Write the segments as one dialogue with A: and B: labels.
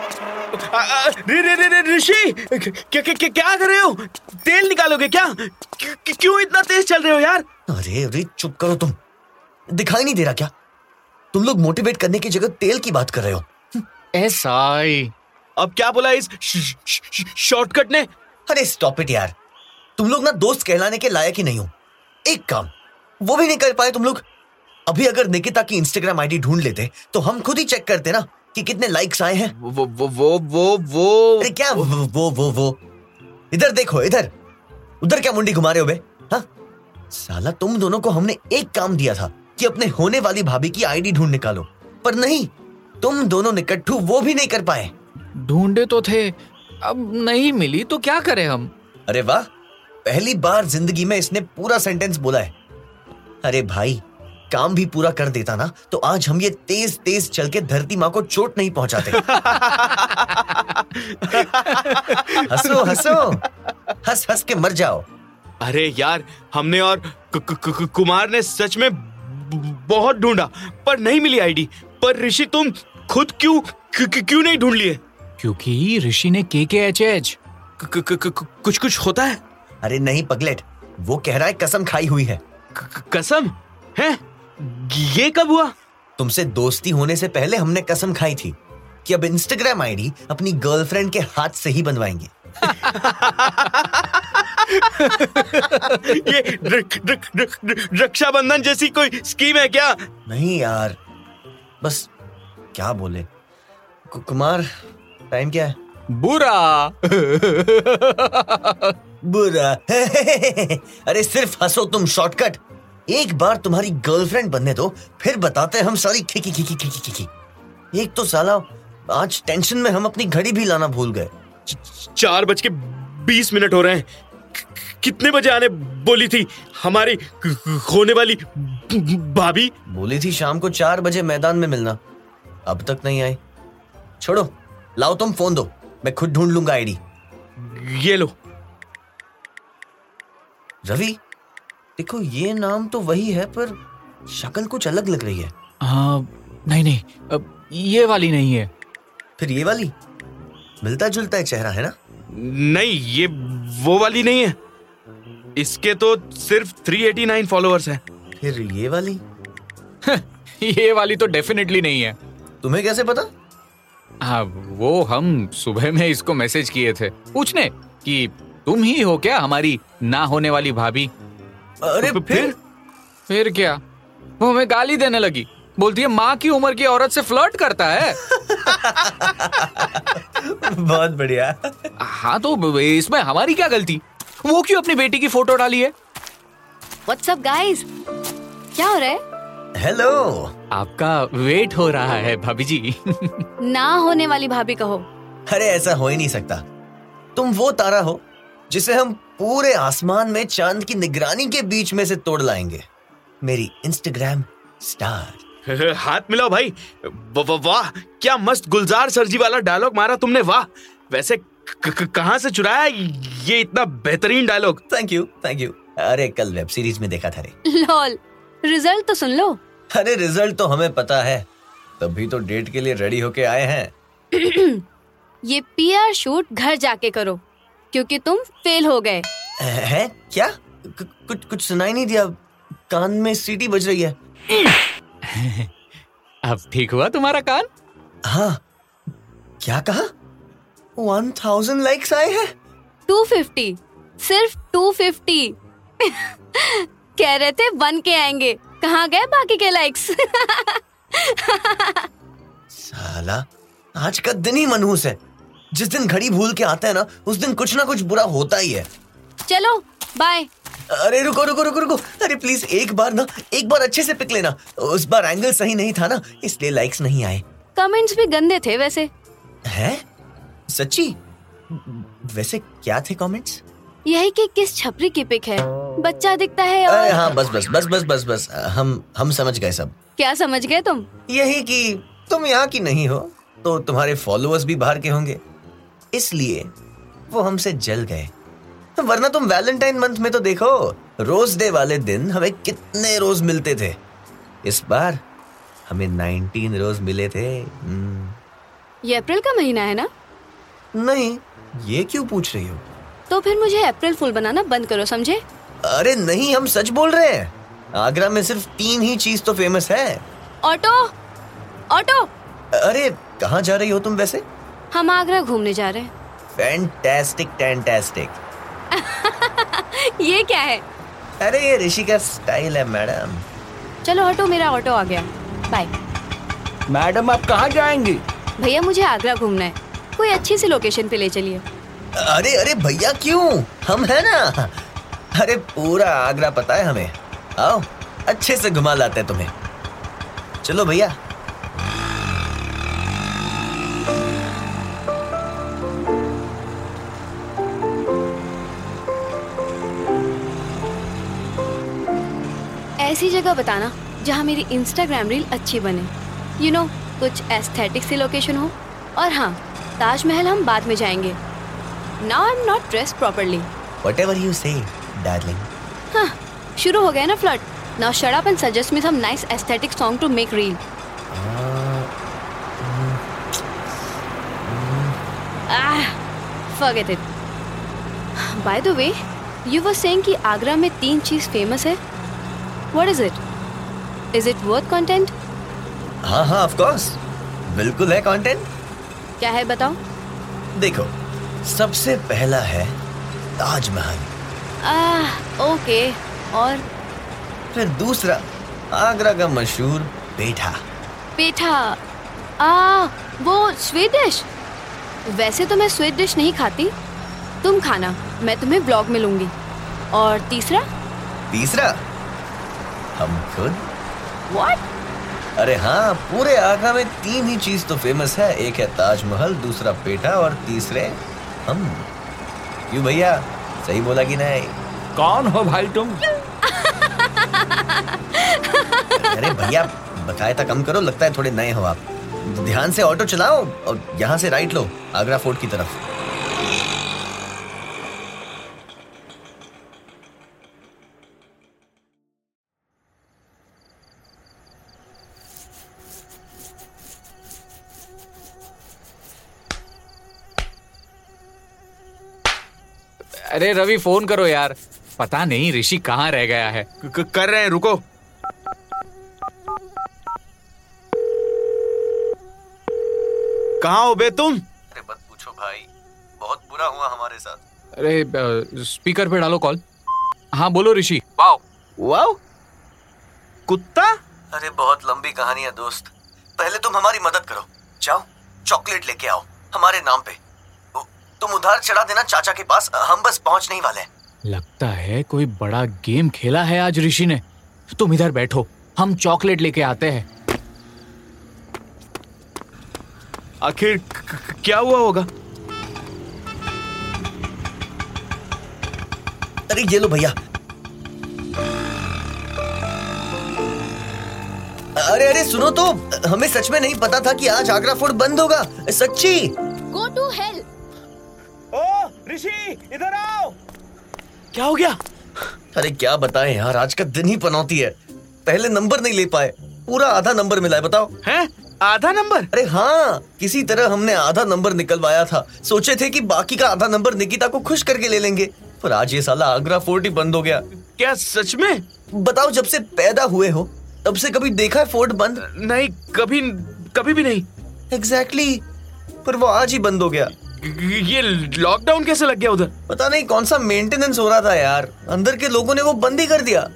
A: आ, आ, रि- रि- रि- रि- ऋषि क्या क्या क्या क्या कर रहे हो तेल निकालोगे क्या क्यों- क्यों- क्यों इतना तेज चल रहे हो यार
B: अरे अरे चुप करो तुम दिखाई नहीं दे रहा क्या तुम लोग मोटिवेट करने की जगह तेल की बात कर रहे हो
C: एस आई
A: अब क्या बोला इस श- श- श- शॉर्टकट ने
B: अरे स्टॉप इट यार तुम लोग ना दोस्त कहलाने के लायक ही नहीं हो एक काम वो भी नहीं कर पाए तुम लोग अभी अगर निकिता की इंस्टाग्राम आईडी ढूंढ लेते तो हम खुद ही चेक करते ना कि कितने लाइक्स आए हैं
C: वो वो वो वो वो
B: अरे क्या वो वो वो वो इधर देखो इधर उधर क्या मुंडी घुमा रहे हो बे हाँ साला तुम दोनों को हमने एक काम दिया था कि अपने होने वाली भाभी की आईडी ढूंढ निकालो पर नहीं तुम दोनों ने कट्ठू वो भी नहीं कर पाए
C: ढूंढे तो थे अब नहीं मिली तो क्या करें हम
B: अरे वाह पहली बार जिंदगी में इसने पूरा सेंटेंस बोला है अरे भाई काम भी पूरा कर देता ना तो आज हम ये तेज तेज चल के धरती माँ को चोट नहीं पहुंचाते हंसो हंसो हंस हंस के मर जाओ
A: अरे यार हमने और कु- कु- कु- कु- कुमार ने सच में ब- बहुत ढूंढा पर नहीं मिली आईडी पर ऋषि तुम खुद क्यों क्यों- क्यों क्यों नहीं ढूंढ लिए
C: क्योंकि ऋषि ने के के एच एच
A: कु- कु- कु- कु- कुछ कुछ होता है
B: अरे नहीं पगलेट वो कह रहा है कसम खाई हुई है
A: क- क- कसम है ये कब हुआ
B: तुमसे दोस्ती होने से पहले हमने कसम खाई थी कि अब इंस्टाग्राम आईडी अपनी गर्लफ्रेंड के हाथ से ही बनवाएंगे
A: ये रक- रक- रक- रक- रक्षाबंधन जैसी कोई स्कीम है क्या
B: नहीं यार बस क्या बोले कु- कुमार टाइम क्या है
C: बुरा
B: बुरा अरे सिर्फ हंसो तुम शॉर्टकट एक बार तुम्हारी गर्लफ्रेंड बनने दो फिर बताते हैं हम सारी खिकी खिकी खिकी खिकी एक तो साला आज टेंशन में हम अपनी घड़ी भी लाना भूल गए
A: चार बज के बीस मिनट हो रहे हैं कि- कितने बजे आने बोली थी हमारी होने वाली भाभी
B: बोली थी शाम को चार बजे मैदान में मिलना अब तक नहीं आई छोड़ो लाओ तुम फोन दो मैं खुद ढूंढ लूंगा आईडी
A: ये लो
B: रवि देखो ये नाम तो वही है पर शक्ल कुछ अलग लग रही है
C: हाँ नहीं नहीं अब ये वाली नहीं है
B: फिर ये वाली मिलता जुलता है चेहरा है ना
A: नहीं ये वो वाली नहीं है इसके तो सिर्फ 389 फॉलोअर्स हैं
B: फिर ये वाली
C: हाँ, ये वाली तो डेफिनेटली नहीं है
B: तुम्हें कैसे पता
C: हाँ वो हम सुबह में इसको मैसेज किए थे पूछने कि तुम ही हो क्या हमारी ना होने वाली भाभी
B: अरे
A: प-
B: फिर
C: फिर क्या वो हमें गाली देने लगी बोलती है माँ की उम्र की औरत से फ्लर्ट करता है
B: बहुत बढ़िया
C: हाँ तो इसमें हमारी क्या गलती वो क्यों अपनी बेटी की फोटो डाली है
D: व्हाट्सअप गाइस क्या हो रहा है
B: हेलो
C: आपका वेट हो रहा है भाभी जी
D: ना होने वाली भाभी कहो
B: अरे ऐसा हो ही नहीं सकता तुम वो तारा हो जिसे हम पूरे आसमान में चांद की निगरानी के बीच में से तोड़ लाएंगे मेरी इंस्टाग्राम स्टार
A: फिर हाथ मिलाओ भाई व- व- वाह क्या मस्त गुलजार सर जी वाला डायलॉग मारा तुमने वाह वैसे क- क- कहाँ से चुराया ये इतना बेहतरीन dialogue
B: thank you thank you अरे कल वेब सीरीज में देखा था रे
D: लॉल रिजल्ट तो सुन लो
B: अरे रिजल्ट तो हमें पता है तभी तो डेट के लिए रेडी होके आए हैं
D: ये पीआर शूट घर जाके करो क्योंकि तुम फेल हो गए
B: है क्या कु- कुछ कुछ सुनाई नहीं दिया कान में सीटी बज रही है
C: अब ठीक हुआ तुम्हारा कान
B: हाँ क्या कहा वन थाउजेंड लाइक्स आए हैं
D: 250 सिर्फ 250 कह रहे थे वन के आएंगे कहाँ गए बाकी के लाइक्स
B: साला आज का दिन ही मनहूस है जिस दिन घड़ी भूल के आता है ना उस दिन कुछ ना कुछ बुरा होता ही है
D: चलो बाय
B: अरे रुको रुको रुको रुको अरे प्लीज एक बार ना एक बार अच्छे से पिक लेना उस बार एंगल सही नहीं था ना इसलिए लाइक्स नहीं आए
D: कमेंट्स भी गंदे थे वैसे
B: हैं सच्ची वैसे क्या थे कमेंट्स
D: यही कि किस छपरी की पिक है बच्चा दिखता है
B: अरे
D: और
B: हाँ बस बस बस बस बस बस हम हम समझ गए सब
D: क्या समझ गए तुम
B: यही कि तुम यहाँ की नहीं हो तो तुम्हारे फॉलोअर्स भी बाहर के होंगे इसलिए वो हमसे जल गए वरना तुम वैलेंटाइन मंथ में तो देखो रोज डे वाले दिन हमें कितने रोज मिलते थे इस बार हमें 19 रोज मिले थे हम्म,
D: ये अप्रैल का महीना है ना
B: नहीं ये क्यों पूछ रही हो
D: तो फिर मुझे अप्रैल फूल बनाना बंद करो समझे
B: अरे नहीं हम सच बोल रहे हैं आगरा में सिर्फ तीन ही चीज तो फेमस है
D: ऑटो ऑटो
B: अरे कहाँ जा रही हो तुम वैसे
D: हम आगरा घूमने जा रहे हैं
B: फैंटेस्टिक टैंटेस्टिक
D: ये क्या है
B: अरे ये ऋषि का स्टाइल है मैडम
D: चलो हटो मेरा ऑटो आ गया बाय
E: मैडम आप कहाँ जाएंगी
D: भैया मुझे आगरा घूमना है कोई अच्छी सी लोकेशन पे ले चलिए
B: अरे अरे भैया क्यों हम है ना अरे पूरा आगरा पता है हमें आओ अच्छे से घुमा लाते हैं तुम्हें चलो भैया
D: ऐसी जगह बताना जहाँ मेरी इंस्टाग्राम रील अच्छी बने यू you नो know, कुछ एस्थेटिक सी लोकेशन हो और हाँ ताजमहल हम बाद में जाएंगे now I am not dress properly
B: whatever you say darling
D: हाँ शुरू हो गया ना flirt now shut up and suggest me some nice aesthetic song to make reel ah forget it by the way you were saying कि आगरा में तीन चीज famous है what is it is it worth content
B: हाँ हाँ of course बिल्कुल है content
D: क्या है बताओ
B: देखो सबसे पहला है ताजमहल
D: आह ओके Ah, और
B: फिर दूसरा आगरा का मशहूर पेठा
D: पेठा आ वो स्वीडिश वैसे तो मैं स्वीडिश नहीं खाती तुम खाना मैं तुम्हें ब्लॉग में लूंगी और तीसरा
B: तीसरा हम खुद
D: व्हाट
B: अरे हाँ पूरे आगरा में तीन ही चीज तो फेमस है एक है ताजमहल दूसरा पेठा और तीसरे हम क्यों भैया सही बोला कि नहीं
E: कौन हो भाई तुम
B: अरे भैया बकायदा कम करो लगता है थोड़े नए हो आप ध्यान से ऑटो चलाओ और यहाँ से राइट लो आगरा फोर्ट की तरफ
C: अरे रवि फोन करो यार पता नहीं ऋषि कहाँ रह गया है
A: क- क- कर रहे हैं रुको कहाँ हो बे तुम
B: अरे मत पूछो भाई बहुत बुरा हुआ हमारे साथ
C: अरे अ, स्पीकर पे डालो कॉल हाँ बोलो ऋषि वाओ
A: वाओ कुत्ता
B: अरे बहुत लंबी कहानी है दोस्त पहले तुम हमारी मदद करो जाओ चॉकलेट लेके आओ हमारे नाम पे ओ, तुम उधार चढ़ा देना चाचा के पास हम बस पहुंचने ही वाले हैं
C: लगता है कोई बड़ा गेम खेला है आज ऋषि ने तुम इधर बैठो हम चॉकलेट लेके आते हैं
A: आखिर क- क- क्या हुआ होगा
B: अरे ये लो भैया अरे अरे सुनो तो हमें सच में नहीं पता था कि आज आगरा फोर्ट बंद होगा सच्ची
D: गो टू हेल
A: ओ ऋषि इधर आओ क्या हो गया
B: अरे क्या बताएं यार आज का दिन ही पनौती है पहले नंबर नहीं ले पाए पूरा आधा नंबर मिला है बताओ
A: हैं आधा नंबर
B: अरे हाँ किसी तरह हमने आधा नंबर निकलवाया था सोचे थे कि बाकी का आधा नंबर निकिता को खुश करके ले लेंगे पर आज ये साला आगरा फोर्ट ही बंद हो गया
A: क्या सच में
B: बताओ जब से पैदा हुए हो तब से कभी देखा है फोर्ट बंद
A: नहीं कभी कभी भी नहीं
B: एग्जैक्टली exactly. पर वो आज ही बंद हो गया
A: ये लॉकडाउन कैसे लग गया उधर
B: पता नहीं कौन सा मेंटेनेंस हो रहा था यार अंदर के लोगों ने वो बंद ही कर दिया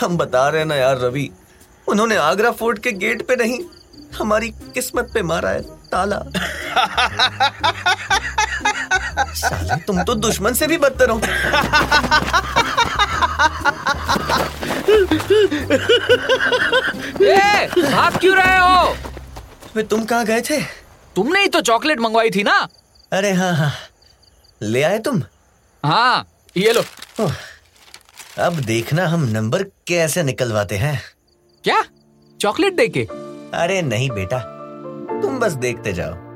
B: हम बता रहे हैं ना यार रवि उन्होंने आगरा फोर्ट के गेट पे नहीं हमारी किस्मत पे मारा है ताला साले तुम तो दुश्मन से भी बदतर हो
C: ए, भाग क्यों रहे हो
B: वे तुम कहाँ गए थे
C: तुमने ही तो चॉकलेट मंगवाई थी ना
B: अरे हाँ हाँ ले आए तुम
C: हाँ ये लो
B: ओह, अब देखना हम नंबर कैसे निकलवाते हैं
C: क्या चॉकलेट देके
B: अरे नहीं बेटा तुम बस देखते जाओ